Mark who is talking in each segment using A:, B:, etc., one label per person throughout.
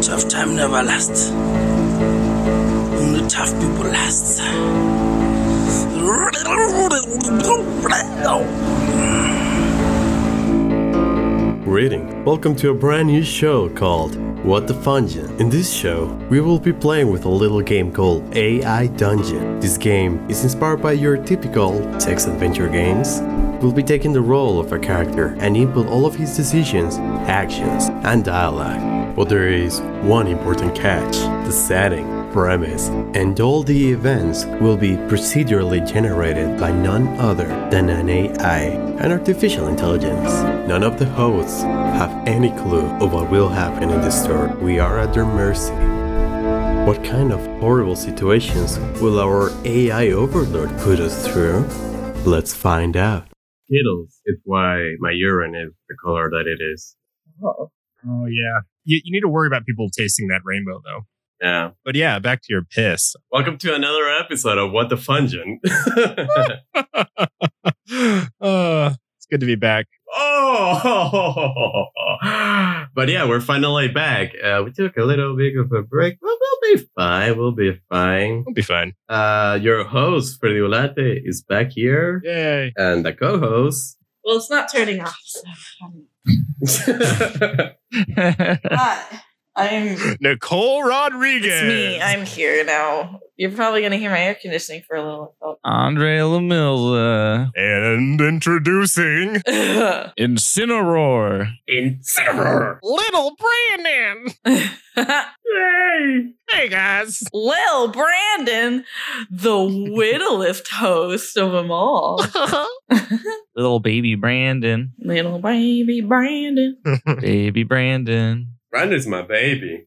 A: Tough time never lasts. Only tough people last.
B: Greeting. Welcome to a brand new show called What the Fungeon. In this show, we will be playing with a little game called AI Dungeon. This game is inspired by your typical text adventure games. We'll be taking the role of a character and input all of his decisions, actions, and dialogue. But there is one important catch the setting premise, and all the events will be procedurally generated by none other than an AI, an artificial intelligence. None of the hosts have any clue of what will happen in this story. We are at their mercy. What kind of horrible situations will our AI overlord put us through? Let's find out. Skittles is why my urine is the color that it is.
C: Oh, oh yeah. You, you need to worry about people tasting that rainbow, though.
B: Yeah.
C: But yeah, back to your piss.
B: Welcome to another episode of What the Fungeon.
C: uh, it's good to be back.
B: oh, but yeah, we're finally back. Uh, we took a little bit of a break, but we'll be fine. We'll be fine.
C: We'll be fine.
B: Uh, your host, Freddy Ulate, is back here,
C: Yay.
B: and the co host.
D: Well, it's not turning off. So funny. Hi, I'm.
C: Nicole Rodriguez.
D: It's me. I'm here now. You're probably gonna hear my air conditioning for a little. oh.
E: Andre Lamilza.
C: and introducing
E: Incineroar.
B: Incineroar.
C: Little Brandon.
B: Yay.
C: Hey guys.
D: Lil Brandon, the whittlest host of them all.
E: Little baby Brandon.
D: Little baby Brandon.
E: baby Brandon.
B: Brandon's my baby.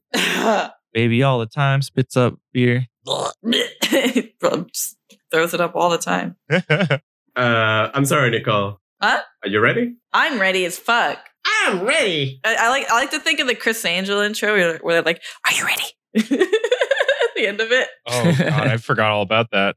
E: Baby all the time spits up beer.
D: Just Throws it up all the time.
B: Uh, I'm sorry, Nicole.
D: Huh?
B: Are you ready?
D: I'm ready as fuck.
B: I'm ready.
D: I, I like I like to think of the Chris Angel intro where, where they're like, "Are you ready?" At the end of it.
C: oh god, I forgot all about that.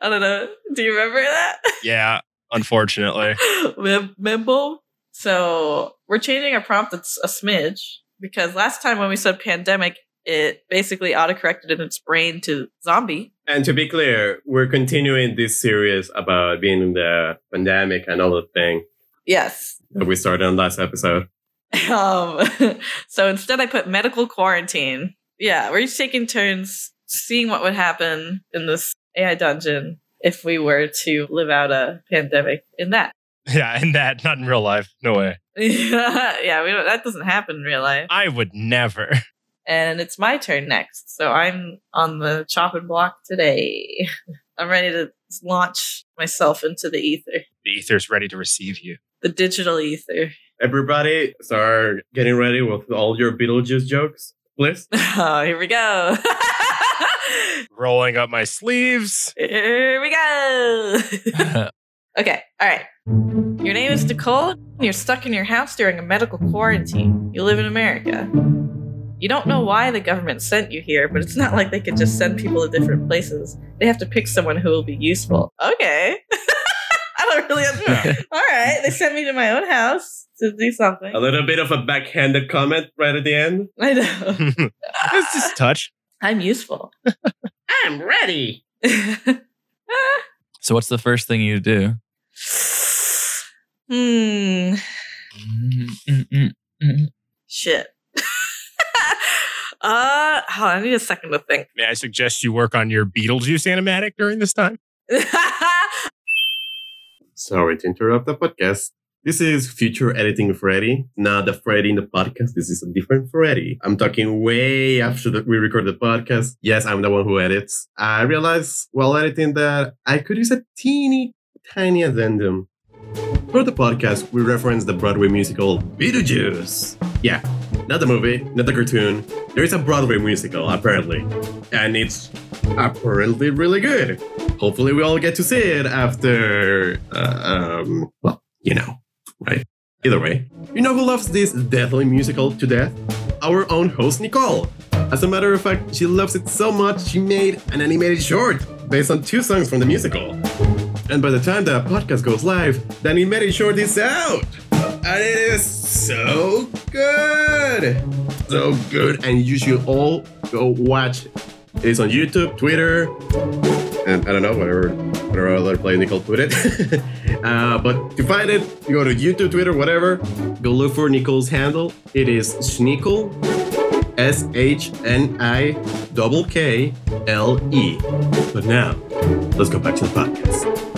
D: I don't know. Do you remember that?
C: Yeah, unfortunately.
D: Mem- Membo. So we're changing our prompt it's a smidge because last time when we said pandemic, it basically autocorrected in its brain to zombie.
B: And to be clear, we're continuing this series about being in the pandemic and all the thing
D: Yes.
B: that we started on last episode.
D: Um, so instead, I put medical quarantine. Yeah, we're each taking turns seeing what would happen in this AI dungeon if we were to live out a pandemic in that.
C: Yeah, and that not in real life. No way.
D: yeah, we don't, that doesn't happen in real life.
C: I would never.
D: and it's my turn next. So I'm on the chopping block today. I'm ready to launch myself into the ether,
C: The ether's ready to receive you.
D: the digital ether.
B: Everybody, start getting ready with all your Beetlejuice jokes, please.
D: Oh, here we go.
C: Rolling up my sleeves.
D: here we go. okay, all right. Your name is Nicole. and You're stuck in your house during a medical quarantine. You live in America. You don't know why the government sent you here, but it's not like they could just send people to different places. They have to pick someone who will be useful. Okay. I don't really
C: Yeah.
D: understand. All right. They sent me to my own house to do something.
B: A little bit of a backhanded comment right at the end.
D: I know.
C: It's just touch.
D: I'm useful.
B: I'm ready.
E: So what's the first thing you do?
D: hmm.
E: Mm-mm-mm.
D: Shit. uh, hold on, I need a second to think.
C: May I suggest you work on your Beetlejuice animatic during this time?
B: Sorry to interrupt the podcast. This is future editing Freddy, not the Freddy in the podcast. This is a different Freddy. I'm talking way after the, we record the podcast. Yes, I'm the one who edits. I realized while editing that I could use a teeny tiny addendum. For the podcast, we reference the Broadway musical Beetlejuice. Yeah, not the movie, not the cartoon. There is a Broadway musical, apparently. And it's apparently really good hopefully we all get to see it after uh, um well you know right either way you know who loves this deathly musical to death our own host nicole as a matter of fact she loves it so much she made an animated short based on two songs from the musical and by the time the podcast goes live the animated short is out and it is so good so good, and you should all go watch it. It's on YouTube, Twitter, and I don't know whatever whatever other place Nicole put it. uh, but to find it, you go to YouTube, Twitter, whatever. Go look for Nicole's handle. It is Schnickel, S H N I double K L E. But now, let's go back to the podcast.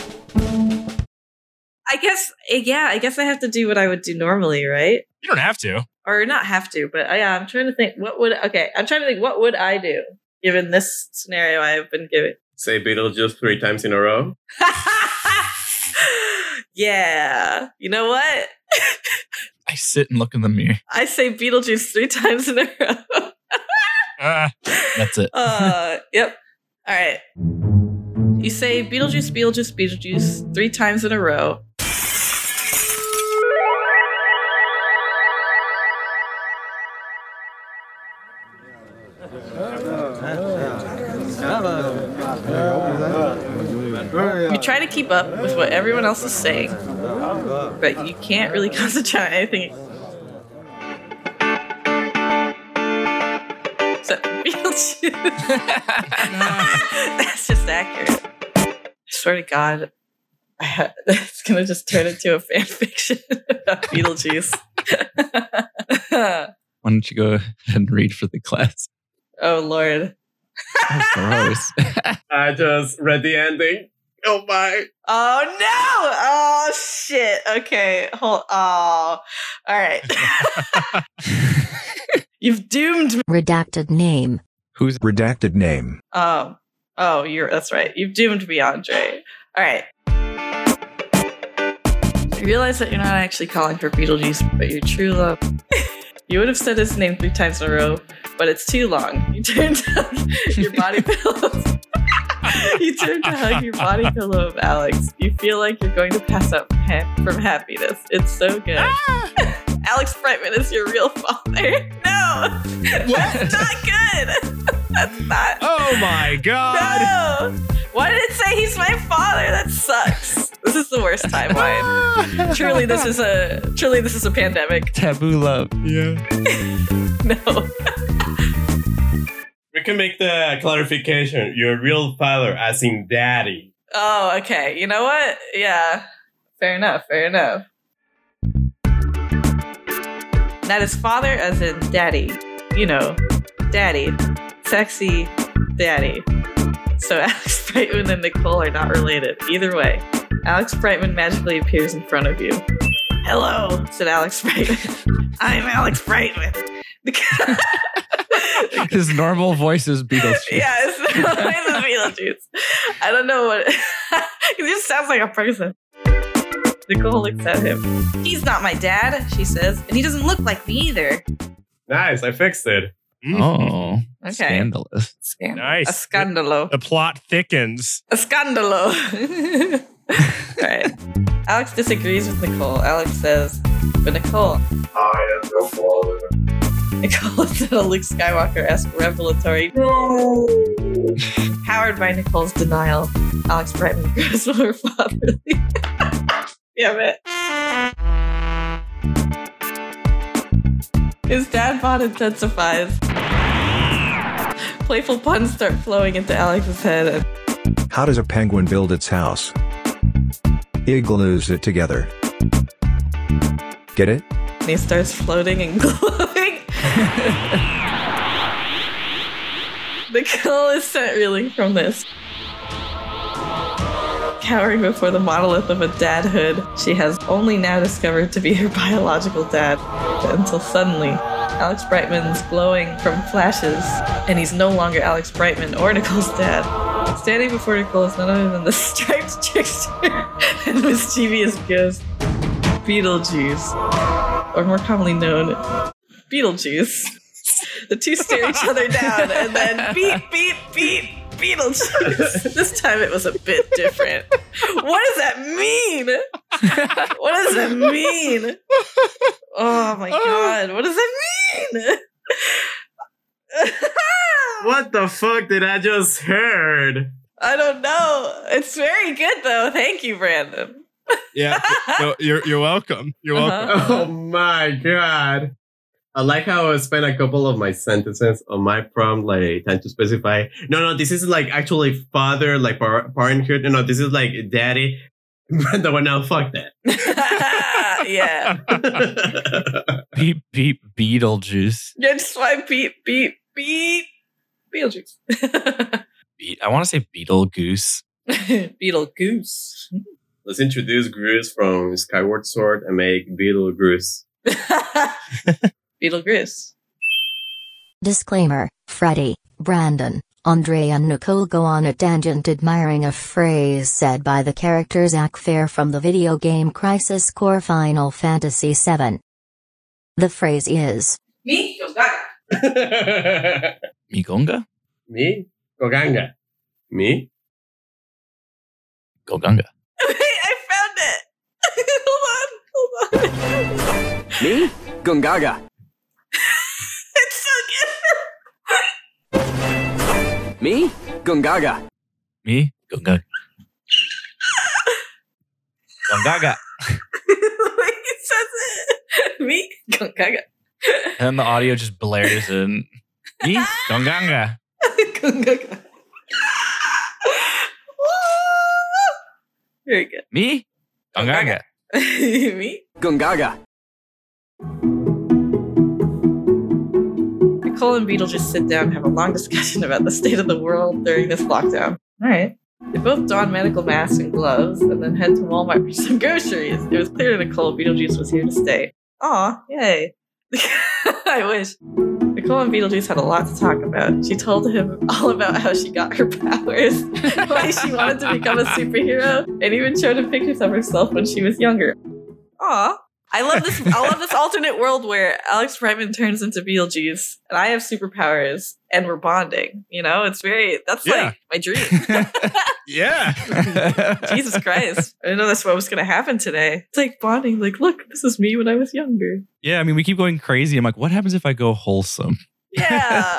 D: I guess, yeah, I guess I have to do what I would do normally, right?
C: You don't have to.
D: Or not have to, but I, yeah, I'm trying to think what would, okay, I'm trying to think what would I do given this scenario I have been given.
B: Say Beetlejuice three times in a row.
D: yeah. You know what?
E: I sit and look in the mirror.
D: I say Beetlejuice three times in a row.
C: Uh,
E: That's it.
D: uh, yep. All right. You say Beetlejuice, Beetlejuice, Beetlejuice three times in a row. You try to keep up with what everyone else is saying, but you can't really concentrate on anything except for Beetlejuice. That's just accurate. I swear to God, I ha- it's gonna just turn into a fan fiction about Beetlejuice.
E: Why don't you go ahead and read for the class?
D: oh Lord.
E: That's gross.
B: I just read the ending. Oh my!
D: Oh no! Oh shit! Okay, hold. Oh, all right. You've doomed me.
F: Redacted name.
E: Who's
G: Redacted name.
D: Oh, oh, you're. That's right. You've doomed me, Andre. All right. You realize that you're not actually calling for Beetlejuice, but your true love. you would have said his name three times in a row, but it's too long. You turn to hug your body pillows. you turn to hug your body pillow of Alex. You feel like you're going to pass out from ha- from happiness. It's so good. Alex Brightman is your real father. No, that's not good. that's not.
C: oh my god.
D: No! Why did it say he's my father? That sucks. this is the worst timeline. truly, this is a truly this is a pandemic.
E: taboo love?
C: Yeah.
D: No.
B: We can make the clarification. Your real father, as in daddy.
D: Oh, okay. You know what? Yeah. Fair enough. Fair enough. That is father as in daddy. You know, daddy. Sexy daddy. So Alex Brightman and Nicole are not related. Either way, Alex Brightman magically appears in front of you. Hello, said Alex Brightman. I'm Alex Brightman.
E: His normal voice is Beetlejuice.
D: Yeah, it's the voice of Beetlejuice. I don't know what. he just sounds like a person. Nicole looks at him. He's not my dad, she says, and he doesn't look like me either.
B: Nice, I fixed it.
E: Oh,
D: Okay.
E: scandalous.
D: Scandal.
C: Nice.
D: A scandalo.
C: The plot thickens.
D: A scandalo. All right. Alex disagrees with Nicole. Alex says, but Nicole.
B: I am the father.
D: Nicole is a Luke Skywalker esque revelatory. Powered by Nicole's denial, Alex Brightman grows more fatherly. Damn it. His dad bod intensifies. Playful puns start flowing into Alex's head, and
G: How does a penguin build its house? Igloos it together. Get it?
D: he starts floating and glowing. Nicole is sent reeling from this. Cowering before the monolith of a dadhood she has only now discovered to be her biological dad. Until suddenly, Alex Brightman's glowing from flashes, and he's no longer Alex Brightman or Nicole's dad. Standing before Nicole is none other than the striped trickster and mischievous ghost, Beetlejuice or more commonly known, Beetlejuice. The two stare each other down and then beep, beep, beep, Beetlejuice. This time it was a bit different. What does that mean? What does that mean? Oh my god, what does that mean?
B: What the fuck did I just heard?
D: I don't know. It's very good though. Thank you, Brandon.
C: Yeah. No, you're you're welcome. You're welcome.
D: Uh-huh.
B: Oh my Oh god. I like how I spent a couple of my sentences on my prompt, like time to specify. No, no, this is like actually father, like par- parenthood. No, no, this is like daddy. Brenda went now. Fuck
D: yeah.
B: that.
E: Beep, beep, Beetlejuice.
D: That's why beep, beep, beep. Beetlejuice.
E: Beat. I want to say Beetle Goose.
D: Beetle goose.
B: Let's introduce Groose from Skyward Sword and make Beetle Groose.
D: Beetle goose.
F: Disclaimer Freddie, Brandon, Andre, and Nicole go on a tangent admiring a phrase said by the character Zack Fair from the video game Crisis Core Final Fantasy VII. The phrase is
D: Me? Goes back.
E: Migonga?
B: Me? Goganga. Me?
E: Goganga.
D: Wait, I found it. hold on, hold on.
H: Me? Gungaga.
D: It's so good.
H: Me? Gungaga.
E: Me? Gongaga. Gongaga.
D: the way he says it. Me? Gungaga.
E: And then the audio just blares in. Me? Gonganga.
D: Gungaga. Very good.
E: Me? Gonganga.
D: Me?
H: Gungaga.
D: Nicole and Beetle just sit down and have a long discussion about the state of the world during this lockdown. All right. They both don medical masks and gloves and then head to Walmart for some groceries. It was clear to Nicole Beetlejuice was here to stay. Aw, yay. I wish. Nicole and Beetlejuice had a lot to talk about. She told him all about how she got her powers, why she wanted to become a superhero, and even showed him pictures of herself when she was younger. Aw. I love this. I love this alternate world where Alex Brightman turns into Beetlejuice and I have superpowers and we're bonding. You know, it's very. That's
C: Yeah.
D: like my dream.
C: yeah.
D: Jesus Christ! I didn't know that's what was going to happen today. It's like bonding. Like, look, this is me when I was younger.
E: Yeah, I mean, we keep going crazy. I'm like, what happens if I go wholesome?
D: Yeah.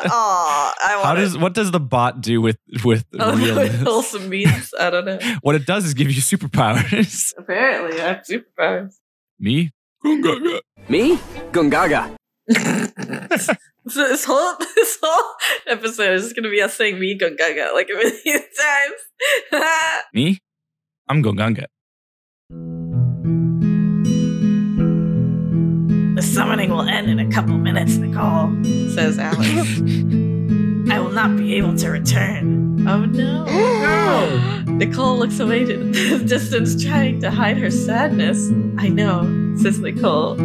D: Aw, I want.
E: How does what does the bot do with with realness?
D: Oh, wholesome means? I don't know.
E: What it does is give you superpowers.
D: Apparently, I have superpowers.
E: Me? Gongaga.
H: Me? Gungaga.
D: So this whole this whole episode is just going to be us saying me gungaga like a million times.
E: Me? I'm Gonganga.
D: The summoning will end in a couple minutes, Nicole, says Alice. I will not be able to return. Oh no. Nicole looks away to the distance, trying to hide her sadness. I know, says Nicole.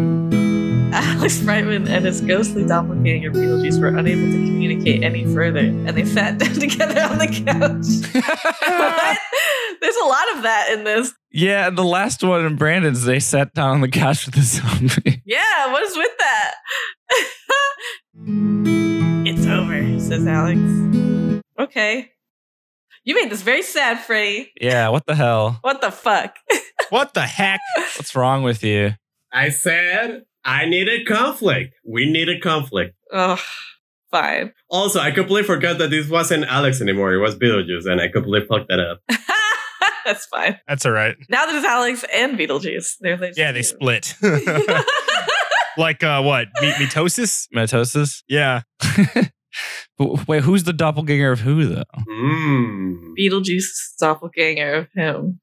D: Alex Brightman and his ghostly doppelganger Beetlejuice were unable to communicate any further, and they sat down together on the couch. what? There's a lot of that in this.
E: Yeah, the last one in Brandon's, they sat down on the couch with the zombie.
D: Yeah, what is with that? it's over, says Alex. Okay. You made this very sad, Freddy.
E: Yeah, what the hell?
D: What the fuck?
C: What the heck?
E: What's wrong with you?
B: I said I needed conflict. We needed conflict.
D: Oh, fine.
B: Also, I completely forgot that this wasn't Alex anymore. It was Beetlejuice, and I completely fucked that up.
D: That's fine.
C: That's all right.
D: Now that it's Alex and Beetlejuice, they're like,
C: Yeah, they split. like uh what? Me- mitosis?
E: Mitosis?
C: Yeah.
E: But wait, who's the doppelganger of who though?
B: Mm.
D: Beetlejuice's doppelganger of him,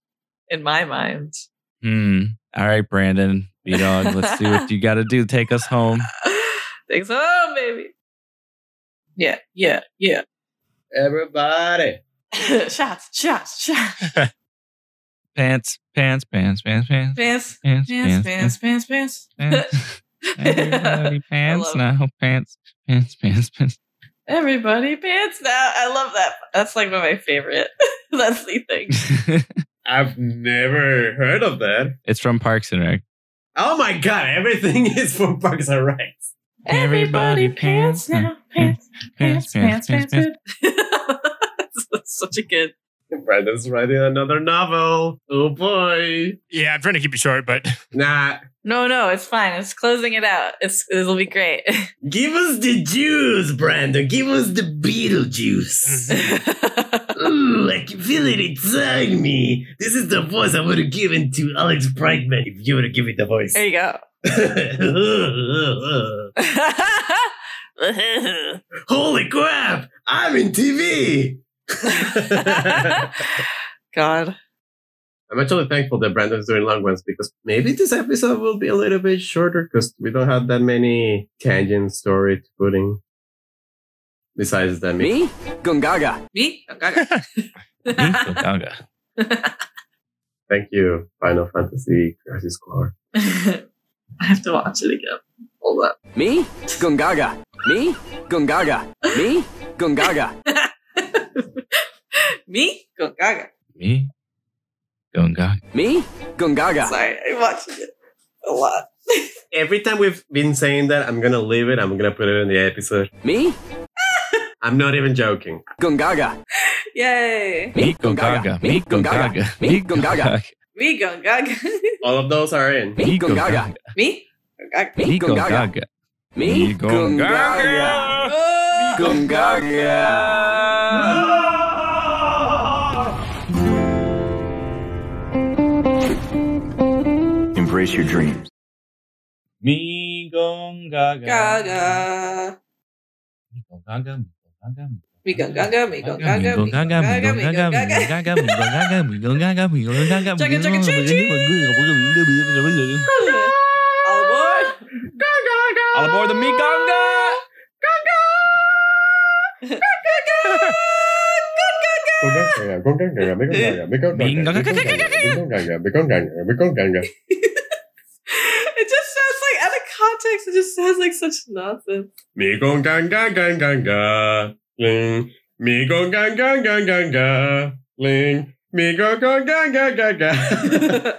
D: in my mind.
E: Hmm. All right, Brandon, B Dog, let's see what you got to do. Take us home.
D: Thanks, oh baby. Yeah, yeah, yeah.
B: Everybody.
D: shots, shots, shots.
E: Pants, pants, pants, pants, pants,
D: Pants, pants,
E: pants,
D: pants, pants, pants.
E: pants. Everybody pants
D: love it.
E: now. Pants, pants, pants, pants.
D: Everybody pants now. I love that. That's like one of my favorite. That's the thing.
B: I've never heard of that.
E: it's from Parks and Rec.
B: Oh my god, everything is from Parks and Rec.
E: Everybody pants now. Pants, Pants, pants, pants, pants.
D: That's- that's Such a good.
B: Brandon's writing another novel. Oh boy.
C: Yeah, I'm trying to keep it short, but
B: Nah,
D: No, no, it's fine. It's closing it out. It's it'll be great.
B: give us the juice, Brandon. Give us the Beetlejuice. Ooh, I can feel it inside me. This is the voice I would have given to Alex Brightman if you would have given the voice.
D: there you go.
B: Holy crap! I'm in TV.
D: God.
B: I'm actually thankful that Brandon's doing long ones because maybe this episode will be a little bit shorter because we don't have that many tangent story to put in. Besides that, maybe
H: Me? Gungaga.
D: Me?
E: Gaga.
B: thank you, Final Fantasy Crisis Core.
D: I have to watch it again. Hold up.
H: Me? Gungaga. Me? Gungaga. Me? Gungaga.
D: Me? Go Gaga.
E: Me? Going Gaga.
H: Me? Gungaga.
D: Sorry, I watched it a lot.
B: Every time we've been saying that, I'm gonna leave it. I'm gonna put it in the episode.
H: Me?
B: I'm not even joking.
H: Gungaga.
D: Yay.
E: Me? Going Gaga. Me? Going Gaga.
H: Me? Gungaga.
D: Me? Go Gaga.
B: All of those are in.
E: Me? Going
H: Going Gaga.
E: Gaga.
D: Me? Go Gaga.
E: Me? Going
H: Gaga.
E: Gaga.
H: Me?
E: Going
H: Gungaga.
E: Gaga.
D: Oh!
H: Gungaga.
I: Embrace your dreams.
E: Me? Going Gaga.
D: Gaga.
E: Me? Going Gaga.
D: Me? Go Gaga. Me? Go Gaga. Me? Go
E: Go Gaga,
D: Gaga. Me? Go
E: go Gaga, go
D: Gaga.
E: Gaga, go Gaga, go Gaga, go Gaga.
D: Chugga, chugga, choo,
E: All
D: All aboard.
E: aboard the Me Ganga!
B: Me
D: it just sounds like out of context, it just sounds like such nonsense.
B: gong gang gang gang gang ga ling. Me gong gang gang gang gang ga ling. Me gong gong gang gang gang ga.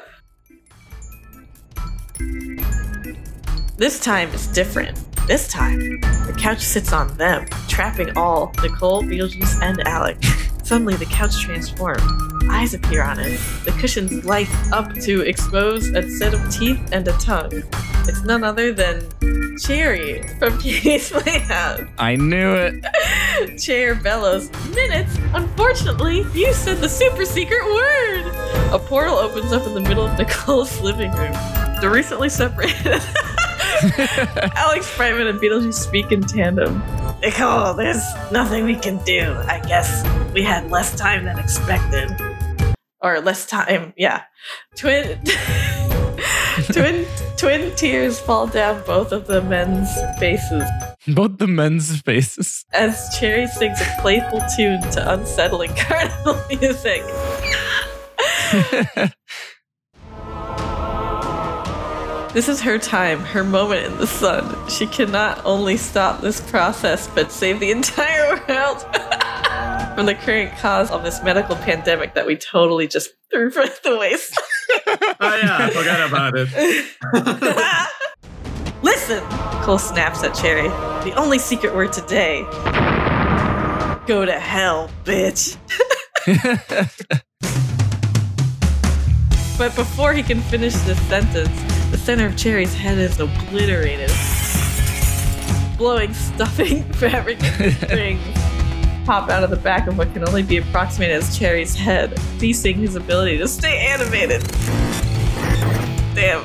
D: This time is different. This time, the couch sits on them, trapping all Nicole, Beetlejuice, and Alec. Suddenly, the couch transforms. Eyes appear on it. The cushions light up to expose a set of teeth and a tongue. It's none other than Cherry from Katie's Playhouse.
E: I knew it.
D: Chair bellows, Minutes! Unfortunately, you said the super secret word! A portal opens up in the middle of Nicole's living room. The recently separated Alex Brightman and Beetlejuice speak in tandem. Nicole, there's nothing we can do. I guess we had less time than expected. Or less time, yeah. Twin. twin twin tears fall down both of the men's faces
E: Both the men's faces.
D: as Cherry sings a playful tune to unsettling carnival music. This is her time, her moment in the sun. She cannot only stop this process, but save the entire world from the current cause of this medical pandemic that we totally just threw from the waste.
B: Oh yeah, I forgot about it.
D: Listen! Cole snaps at Cherry. The only secret word today. Go to hell, bitch. But before he can finish this sentence, the center of Cherry's head is obliterated. Blowing, stuffing, fabric, and strings pop out of the back of what can only be approximated as Cherry's head, ceasing his ability to stay animated. Damn.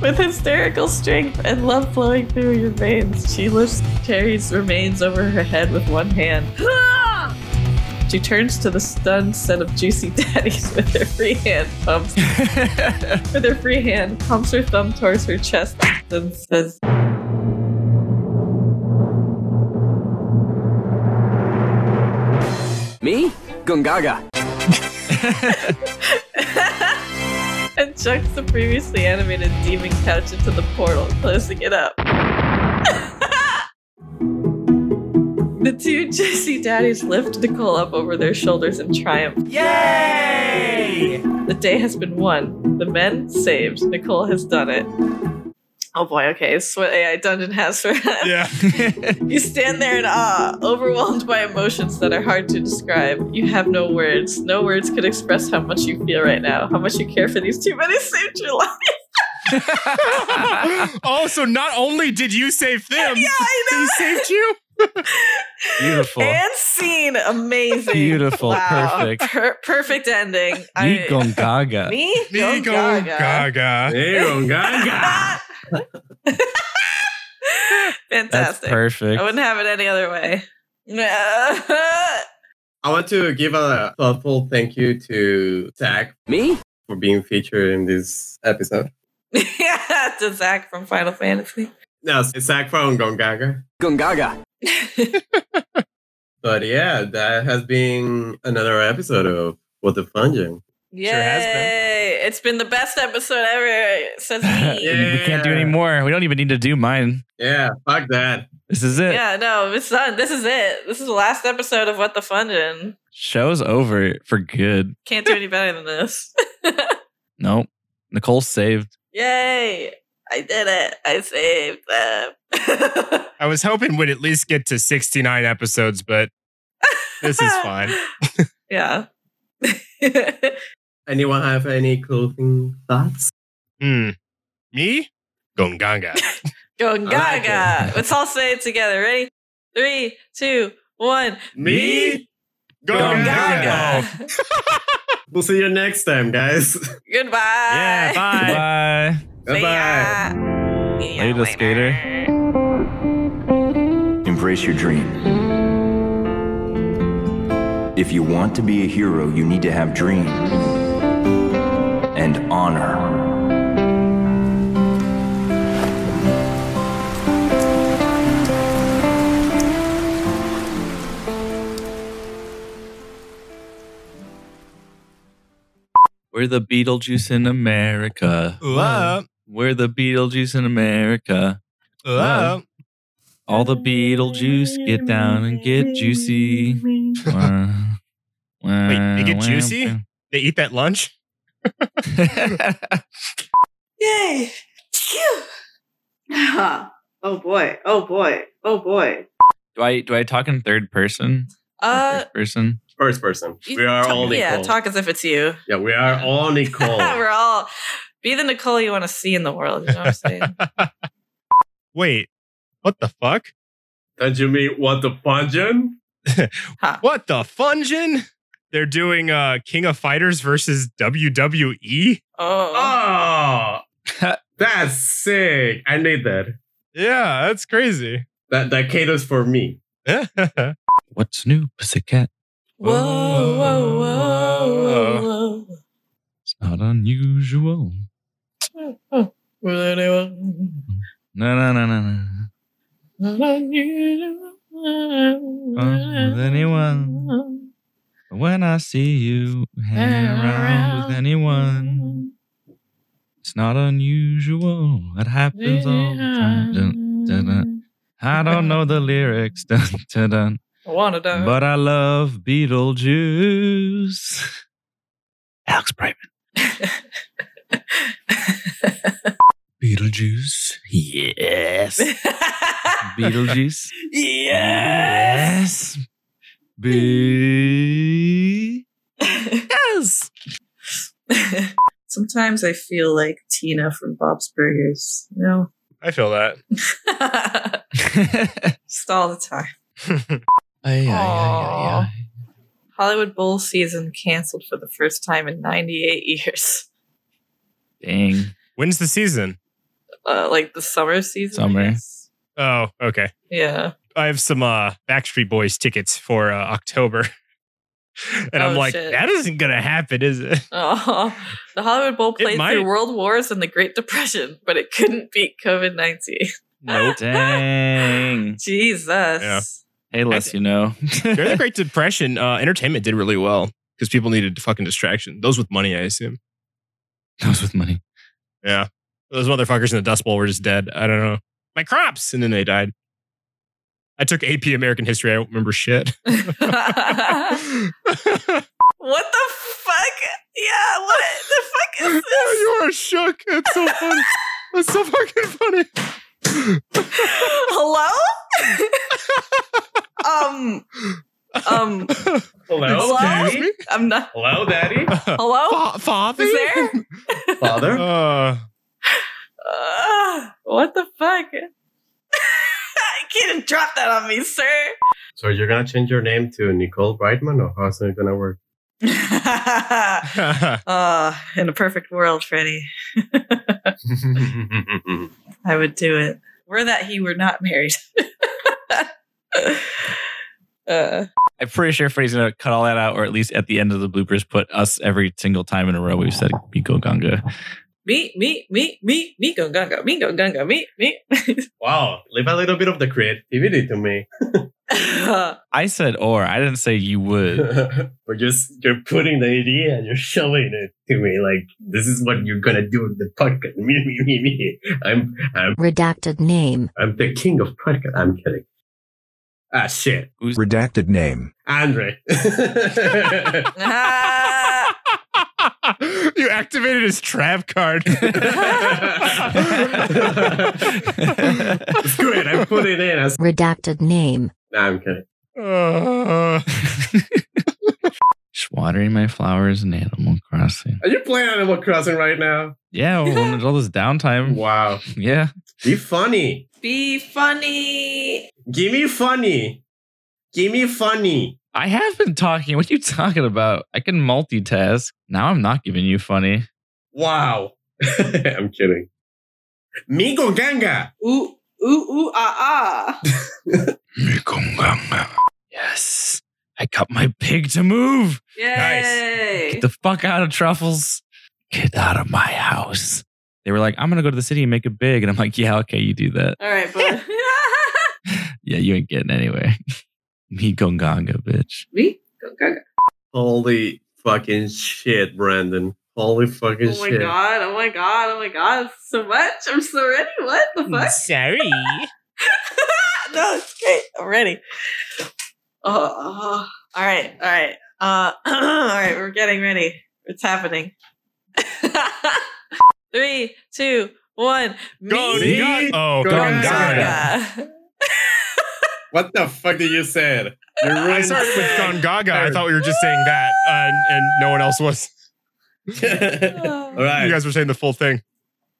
D: With hysterical strength and love flowing through your veins, she lifts Cherry's remains over her head with one hand. She turns to the stunned set of juicy daddies with her free hand pumps. with her free hand, pumps her thumb towards her chest and says,
H: Me? Gungaga.
D: and chucks the previously animated demon couch into the portal, closing it up. the two juicy daddies lift Nicole up over their shoulders in triumph. Yay! The day has been won. The men saved. Nicole has done it. Oh boy, okay, this is what AI Dungeon has for us.
C: Yeah.
D: You stand there in awe, overwhelmed by emotions that are hard to describe. You have no words. No words could express how much you feel right now, how much you care for these two men who saved your life.
C: oh, so not only did you save them,
D: Yeah, I know. Oh,
C: they saved you?
E: Beautiful.
D: And scene. Amazing.
E: Beautiful.
D: Wow.
E: Perfect.
D: Per- perfect ending.
E: You gone
D: I,
E: gaga.
D: me?
C: Me go Gaga.
B: There Gaga.
E: That's
D: Fantastic.
E: perfect.
D: I wouldn't have it any other way.
B: I want to give a thoughtful thank you to Zach
H: Me?
B: for being featured in this episode.
D: yeah, to Zach from Final Fantasy.
B: No, it's Zach from Gongaga.
H: Gungaga.
B: But yeah, that has been another episode of What the Fungin.
D: Yay!
C: has
D: It's been the best episode ever since me.
B: Yeah.
D: yeah.
E: We can't do any more. We don't even need to do mine.
B: Yeah, fuck that.
E: This is it.
D: no, it's done. This is it. This is the last episode of What the Fungin.
E: Show's over for good.
D: Can't do any better than this.
E: Nope. Nicole saved.
D: Yay! I did it. I saved them.
C: I was hoping we'd at least get to 69 episodes, but this is fine.
D: yeah.
B: Anyone have any closing thoughts?
C: Hmm. Me? Gongaga.
D: Go
B: like
D: gaga. Let's all say it together. Ready? Three, two, one.
B: Me?
D: Go
E: Gongaga.
D: gaga.
B: We'll see you next time, guys.
D: Goodbye.
C: Oh, Yeah, bye.
E: Bye.
D: See ya. See ya
E: Later, skater.
I: Embrace your dream. If you want to be a hero, you need to have dream and honor.
E: We're the Beetlejuice in America.
C: Whoa.
E: We're the Beetlejuice in America.
C: Um, Whoa.
E: All the Beetlejuice get down and get juicy. Wait,
C: they get juicy? They eat that lunch?
J: Yay! Phew. Huh. Oh boy! Oh boy! Oh boy!
E: do I do I talk in third person? Or
D: Uh,
E: first person.
B: First person.
D: you
B: We are
D: talk-
B: all Nicole.
D: Yeah, talk as if it's you.
B: Yeah, we are all Nicole.
E: Oh.
D: We're all be the Nicole you want to see in the world. You know what I'm saying?
C: Wait, what the fuck?
B: Don't you mean What the Fungin?
D: Huh.
C: What the fungin? They're doing uh King of Fighters versus E? WWE?
D: Oh,
B: Oh, that's sick. I need that.
C: Yeah, that's crazy.
B: That that caters for me.
E: What's new, pussycat?
D: whoa, whoa, whoa, whoa, whoa.
E: It's not unusual.
D: Will anyone-
E: No, no, no, no, no. with anyone. When I see you hanging around with anyone, It's not unusual. It happens all the time. Dun, dun, dun. I don't know the lyrics, dun, dun, dun.
D: I wanna die.
E: but I love Beetlejuice. Alex Brightman. Beetlejuice. Yes. Beetlejuice. Yes. Be- yes.
D: Sometimes I feel like Tina from Bob's Burgers. You know,
C: I feel that.
D: just all the time.
E: Ay, ay, ay,
D: Aw.
E: ay,
D: Hollywood Bowl season canceled for the first time in 98 years.
E: ay. Dang.
C: When's the season?
D: Uh, like the summer season. I
E: Summer.
D: guess.
C: Oh, okay.
D: Yeah.
C: I have some uh Backstreet Boys tickets for uh, October. and
D: Oh,
C: I'm like,
D: shit.
C: that isn't gonna happen, is it?
D: Oh, the Hollywood Bowl played
C: might-
D: through world wars and the Great Depression, but it couldn't beat COVID 19.
E: Nope. Dang.
D: Jesus.
C: Yeah.
E: Hey, less you know.
C: During the Great Depression, uh, entertainment did really well because people needed fucking distraction. Those with money, I assume.
E: Those with money.
C: Yeah. Those motherfuckers in the Dust Bowl were just dead. I don't know. My crops. And then they died. I took AP American History. I don't remember shit.
D: what the fuck? Yeah, what the fuck is this?
C: are shook. It's so fun. It's so fucking funny.
D: Hello? um, um,
B: Hello,
D: What?
B: daddy.
D: I'm not.
B: Hello, daddy.
D: Hello?
C: Father?
D: Is there?
B: Father.
C: Uh,
D: Uh, what the fuck? I can't drop that on me, sir.
B: So you're gonna change your name to Nicole Brightman, or how's it gonna work?
D: Ah, in a perfect world, Freddy, I would do it. Were that he were not married. uh,
E: I'm pretty sure Freddy's gonna cut all that out, or at least at the end of the bloopers, put us every single time in a row we've said Miko Ganga.
D: me, me, me, me, me, go gunga, me, go gunga, me, me.
B: wow, leave a little bit of the creativity to me.
E: I said or. I didn't say you would.
B: We're just you're putting the idea and you're showing it to me like this is what you're gonna do with the podcast. Me, me, me, me. I'm I'm
F: Redacted name.
B: I'm the king of podcast. I'm kidding. Ah shit.
G: Redacted name.
B: Andre.
D: Ah,
C: you activated his trap card.
B: Screw it, I put it in. as-
F: Redacted name.
B: Nah, I'm kidding.
C: Uh,
E: Just watering my flowers in Animal Crossing.
B: Are you playing Animal Crossing right now?
E: Yeah, well, when there's all this downtime.
B: Wow.
E: Yeah.
B: Be funny.
D: Be funny.
B: Give me funny. Give me funny.
E: I have been talking. What are you talking about? I can multitask. Now I'm not giving you funny.
B: Wow. I'm kidding. Migo Ganga.
J: Ooh, ooh, ooh, ah, ah.
E: Yes. I got my pig to move.
J: Yay.
E: Get the fuck out of truffles. Get out of my house. They were like, I'm going to go to the city and make it big. And I'm like, yeah, okay, you do that.
J: All right, bud.
E: Yeah, you ain't getting anywhere. Me gonganga, bitch.
J: Me? Oh Go, go, go.
B: Holy fucking shit, Brandon. Holy fucking
J: Oh my
B: shit.
J: god, oh my god, oh my god, so much. I'm so ready. What the fuck?
C: sorry.
D: no, it's great. I'm ready.
J: Oh, oh.
D: All right, all right, uh, all right. We're getting ready. It's happening. Three, two, one.
B: Go,
D: Me,
B: Nick.
C: Oh,
B: Ganga.
C: Gongaga.
D: Gaga.
B: What the fuck did you say? You
C: I started with Gongaga. I thought we were just saying that, uh, and, and no one else was.
B: All right.
C: You guys were saying the full thing.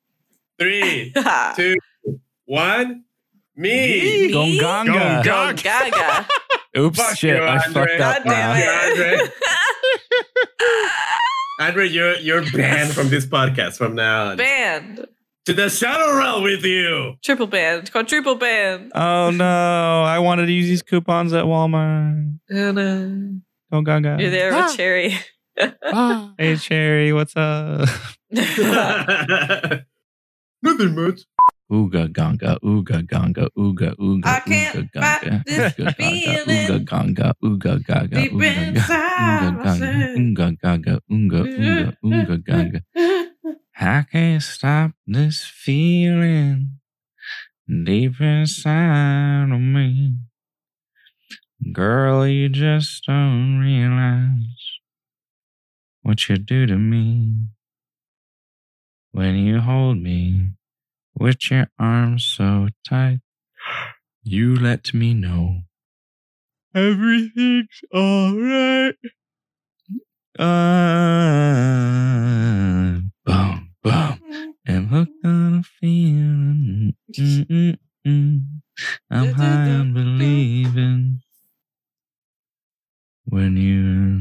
B: Three, two, one.
D: Me?
B: Me.
E: Gonganga.
C: Gong-
D: Go Gaga.
E: Oops,
B: Fuck
E: shit.
B: you,
E: I
B: Andre.
E: fucked
D: God
E: up.
D: damn
E: now.
D: it.
B: Andre, you're you're banned from this podcast from now on.
D: band.
B: to the shadow realm with you.
D: Triple band. Quadruple band.
E: Oh no, I wanted to use these coupons at Walmart.
D: And, uh,
E: Gonganga.
D: you're there with Cherry.
E: Hey, Cherry, what's up?
B: Nothing much.
E: Ooga ganga, ooga ganga, ooga ooga.
J: I can't
E: ooga,
J: fight
E: ganga,
J: this
E: ooga,
J: feeling
E: ganga, ooga ganga,
J: deep
E: ooga
J: inside
E: ganga,
J: myself.
E: ooga ganga, ooga ganga, ooga ooga ooga ganga.
D: Mm.
E: I can't stop this feeling deep inside of me. Girl, you just don't realize what you do to me when you hold me with your arms so tight. You let me know everything's alright. Uh, boom, boom. And look on a feeling. Mm, mm, mm. I'm high on believing. When you